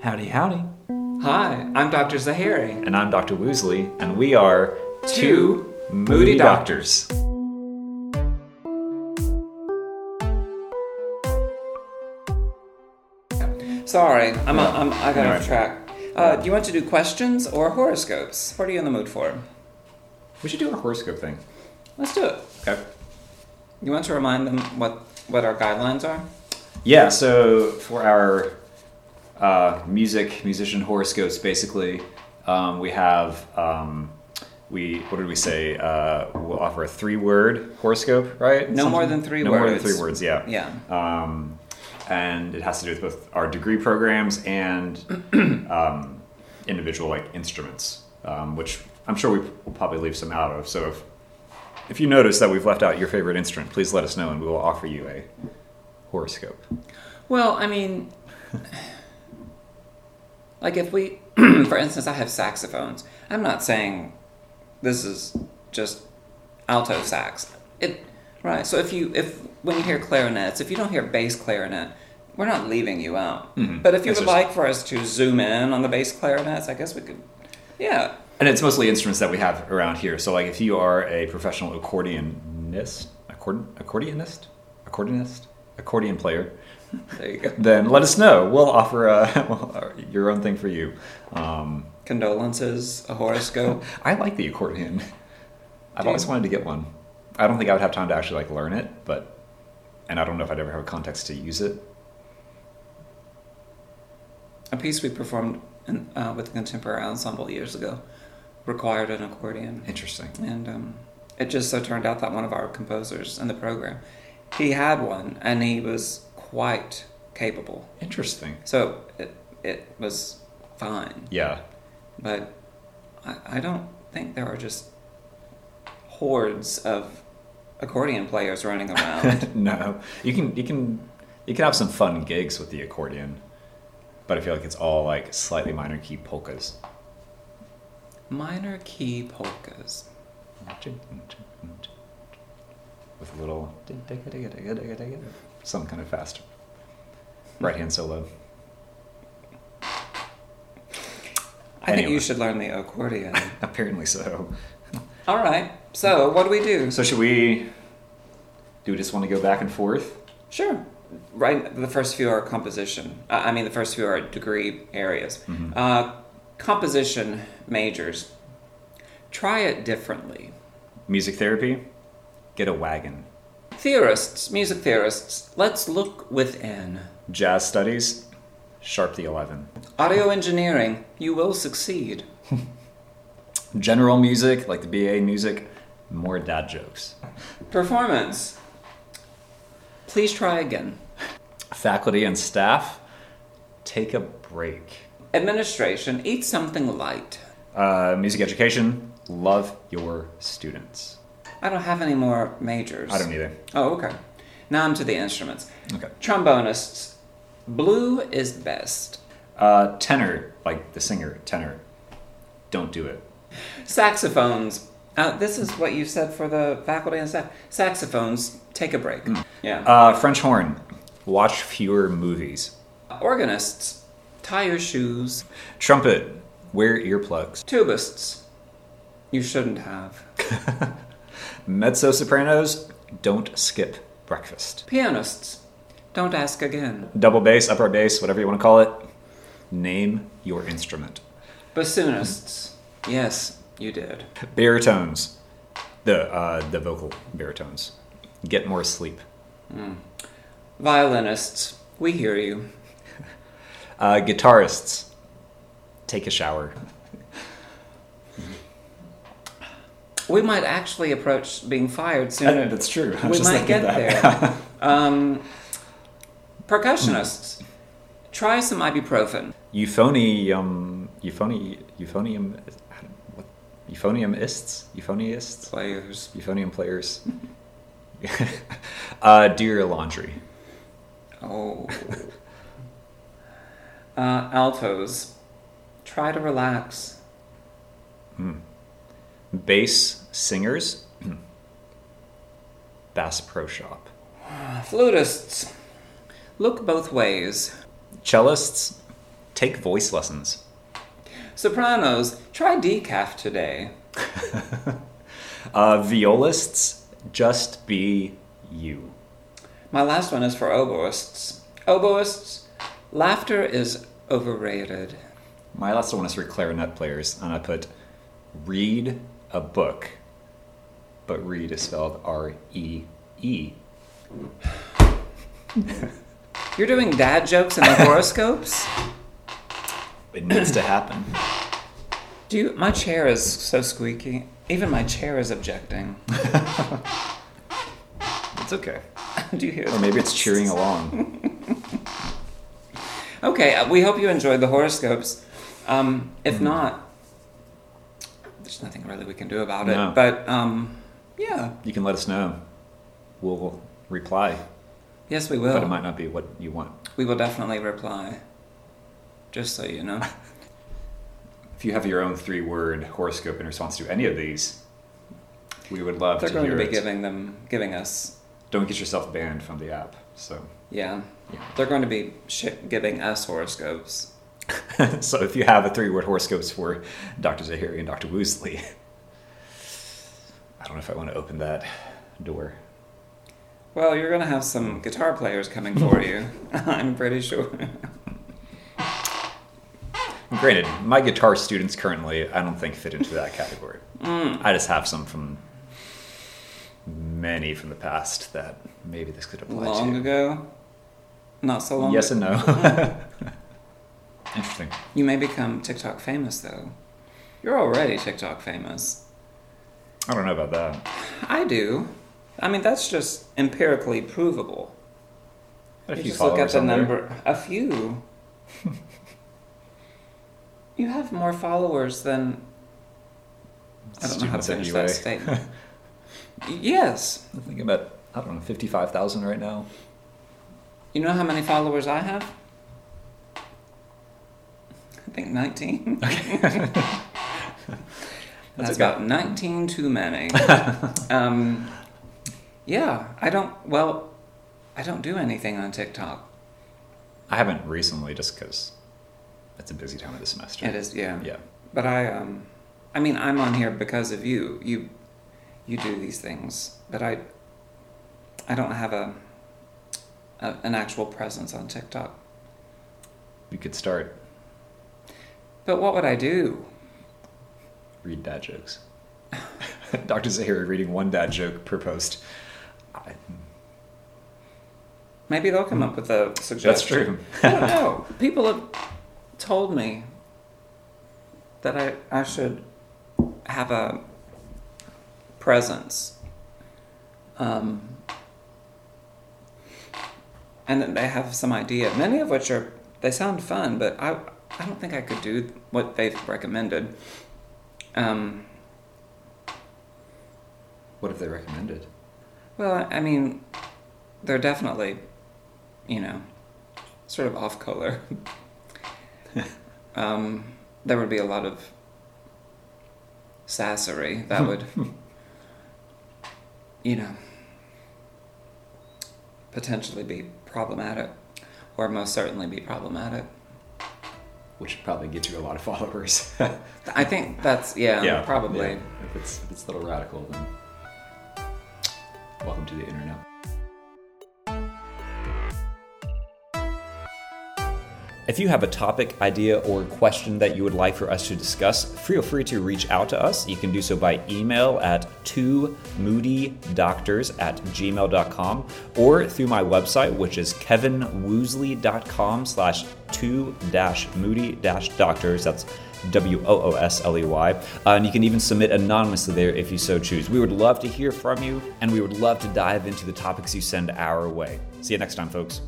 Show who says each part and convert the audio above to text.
Speaker 1: Howdy, howdy.
Speaker 2: Hi, I'm Dr. Zahari.
Speaker 3: And I'm Dr. Woosley, and we are
Speaker 2: Two
Speaker 3: Moody Doctors.
Speaker 2: Sorry, I'm, a, I'm I got
Speaker 3: All
Speaker 2: off
Speaker 3: right.
Speaker 2: track. Uh, do you want to do questions or horoscopes? What are you in the mood for?
Speaker 3: We should do a horoscope thing.
Speaker 2: Let's do it.
Speaker 3: Okay.
Speaker 2: You want to remind them what what our guidelines are?
Speaker 3: Yeah, so for our uh, music, musician horoscopes, basically, um, we have, um, we what did we say? Uh, we'll offer a three word horoscope, right?
Speaker 2: No more than three
Speaker 3: no more than
Speaker 2: words.
Speaker 3: three words, yeah.
Speaker 2: Yeah.
Speaker 3: um, and it has to do with both our degree programs and um, individual like instruments, um, which I'm sure we will probably leave some out of. So if if you notice that we've left out your favorite instrument, please let us know, and we will offer you a horoscope.
Speaker 2: Well, I mean, like if we, for instance, I have saxophones. I'm not saying this is just alto sax. It right. So if you if when you hear clarinets, if you don't hear bass clarinet, we're not leaving you out. But if you
Speaker 3: Mm-hmm. It's
Speaker 2: would
Speaker 3: just-
Speaker 2: like for us to zoom in on the bass clarinets, I guess we could. Yeah.
Speaker 3: And it's mostly instruments that we have around here. So like if you are a professional accordionist, accord, accordionist, accordionist, accordion player.
Speaker 2: There you go.
Speaker 3: Then let us know. We'll offer uh, we'll- your own thing for you. Um,
Speaker 2: Condolences, a horoscope.
Speaker 3: I like the accordion. I've
Speaker 2: Do
Speaker 3: always
Speaker 2: you?
Speaker 3: wanted to get one. I don't think I would have time to actually like learn it, but and I don't know if I'd ever have a context to use it.
Speaker 2: a piece we performed in, uh, with the contemporary ensemble years ago required an accordion.
Speaker 3: Interesting.
Speaker 2: and um, it just so turned out that one of our composers in the program he had one and he was quite capable
Speaker 3: Interesting.
Speaker 2: so it, it was fine
Speaker 3: Yeah.
Speaker 2: but I, I don't think there are just hordes of accordion players running around
Speaker 3: no. You can you can you can have some fun gigs with the accordion. But I feel like it's all like slightly minor key polkas.
Speaker 2: minor key polkas
Speaker 3: With a little some kind of fast right hand solo.
Speaker 2: i think
Speaker 3: Anyway.
Speaker 2: you should learn the accordion
Speaker 3: Apparently so.
Speaker 2: all right so what do we do
Speaker 3: So should we? Do we just want to go back and forth?
Speaker 2: Sure. Right. The first few are composition. Uh, I mean, the first few are degree areas.
Speaker 3: Mhm.
Speaker 2: Uh, composition majors. Try it differently.
Speaker 3: Music therapy. Get a wagon.
Speaker 2: Theorists, music theorists, let's look within.
Speaker 3: Jazz studies. Sharp the eleven.
Speaker 2: Audio engineering, you will succeed.
Speaker 3: General music, like the BA music. More dad jokes.
Speaker 2: Performance, please try again.
Speaker 3: Faculty and staff. Take a break.
Speaker 2: Administration, eat something light.
Speaker 3: Uh, music education. Love your students.
Speaker 2: I don't have any more majors.
Speaker 3: I don't either.
Speaker 2: Oh, okay. Now I'm to the instruments.
Speaker 3: Okay.
Speaker 2: Trombonists, blue is best.
Speaker 3: Uh, tenor, like the singer, tenor. Don't do it.
Speaker 2: Saxophones. Uh, this is what you said for the faculty and staff. Saxophones, take a break. Yeah.
Speaker 3: Uh, French horn. Watch fewer movies.
Speaker 2: Organists, tie your shoes.
Speaker 3: Trumpet. Wear earplugs.
Speaker 2: Tubists, you shouldn't have.
Speaker 3: Mezzo sopranos. Don't skip breakfast.
Speaker 2: Pianists, don't ask again.
Speaker 3: Double bass, upper bass, whatever you want to call it. Name your instrument.
Speaker 2: Bassoonists, yes, you did.
Speaker 3: Baritones. The uh, the vocal baritones. Get more sleep.
Speaker 2: Violinists, we hear you.
Speaker 3: Uh, guitarists. Take a shower.
Speaker 2: We might actually approach being fired
Speaker 3: Uh,
Speaker 2: soon.
Speaker 3: That's true. I was
Speaker 2: We
Speaker 3: just
Speaker 2: might get
Speaker 3: thinking that.
Speaker 2: there. um, percussionists, try some ibuprofen.
Speaker 3: euphonium euphoni euphonium what euphoniumists euphoniists
Speaker 2: Players.
Speaker 3: euphonium players uh do your laundry
Speaker 2: Oh. uh, altos, try to relax.
Speaker 3: bass singers bass pro shop
Speaker 2: Flutists, look Uh, both ways.
Speaker 3: cellists Take voice lessons.
Speaker 2: Sopranos, try decaf today.
Speaker 3: Uh, violists, just be you.
Speaker 2: My last one is for oboists. Oboists, laughter is overrated.
Speaker 3: My last one is for clarinet players, and I put read a book, but read is spelled R E E.
Speaker 2: You're doing dad jokes in the horoscopes?
Speaker 3: It needs to happen.
Speaker 2: Do you, my chair is so squeaky. Even my chair is objecting.
Speaker 3: It's okay.
Speaker 2: Do you hear
Speaker 3: Or
Speaker 2: that?
Speaker 3: maybe it's cheering along.
Speaker 2: Okay, uh, we hope you enjoyed the horoscopes. Um, if
Speaker 3: Mm-hmm.
Speaker 2: not, there's nothing really we can do about it.
Speaker 3: No.
Speaker 2: But um, yeah,
Speaker 3: You can let us know. We'll reply,
Speaker 2: yes, we
Speaker 3: but
Speaker 2: will.
Speaker 3: it might not be what you want.
Speaker 2: we will definitely reply. Just so you know.
Speaker 3: If you have your own three word horoscope in response to any of these, we would love
Speaker 2: They're
Speaker 3: to
Speaker 2: going to
Speaker 3: hear
Speaker 2: be
Speaker 3: it.
Speaker 2: giving them, giving us,
Speaker 3: Don't get yourself banned from the app. So,
Speaker 2: yeah.
Speaker 3: Yeah.
Speaker 2: They're going to be sh- giving us horoscopes.
Speaker 3: so if you have a three word horoscopes for Dr. Zahiri and Dr. Woosley, I don't know if I want to open that door.
Speaker 2: Well, you're going to have some guitar players coming for you. I'm pretty sure.
Speaker 3: Granted, my guitar students currently, I don't think fit into that category.
Speaker 2: Mm.
Speaker 3: I just have some from many from the past that maybe this could apply
Speaker 2: long
Speaker 3: to.
Speaker 2: ago, not so long.
Speaker 3: Yes
Speaker 2: ago.
Speaker 3: and no. Interesting.
Speaker 2: You may become TikTok famous, though. You're already TikTok famous.
Speaker 3: I don't know about that.
Speaker 2: I do. I mean, that's just empirically provable.
Speaker 3: Got a
Speaker 2: you
Speaker 3: few
Speaker 2: just look at
Speaker 3: followers
Speaker 2: the
Speaker 3: on there.
Speaker 2: number. A few. you have more followers than. I don't know how to
Speaker 3: Students at
Speaker 2: finish that
Speaker 3: UA.
Speaker 2: statement. Y- yes.
Speaker 3: I think I'm at, I don't know, 55,000 right now.
Speaker 2: You know how many followers I have? I think 19.
Speaker 3: That's
Speaker 2: That's, about 19 too many. um, yeah, I don't, well, I don't do anything on TikTok.
Speaker 3: I haven't recently just because it's a busy time of the semester.
Speaker 2: It is, yeah.
Speaker 3: Yeah.
Speaker 2: But I, um, I mean, I'm on here because of you. You, you do these things, but I, I don't have a, a an actual presence on TikTok.
Speaker 3: You could start
Speaker 2: But what would I do?
Speaker 3: read dad jokes. Dr. Zahiri reading one dad joke per post. I,
Speaker 2: Maybe they'll come up with a suggestion.
Speaker 3: Hmm. that's true.
Speaker 2: I don't know. People have told me that I, I should have a presence. Um, and then they have some idea, many of which are, they sound fun, but I, I don't think I could do what they've recommended. Um,
Speaker 3: What have they recommended?
Speaker 2: well, I mean, they're definitely, you know, sort of off color. um, there would be a lot of sassery that would, you know, potentially be problematic, or most certainly be problematic.
Speaker 3: Which would probably get you a lot of followers.
Speaker 2: I think that's yeah, probably.
Speaker 3: yeah. If, it's, if it's a little radical, then welcome to the internet.
Speaker 1: If you have a topic, idea, or question that you would like for us to discuss, feel free to reach out to us. You can do so by email at two moody doctors at gmail.com or through my website, which is kevinwoosley.com slash two dash moody dash doctors. That's W O O S L E Y. and you can even submit anonymously there if you so choose. We would love to hear from you, and we would love to dive into the topics you send our way. See you next time, folks.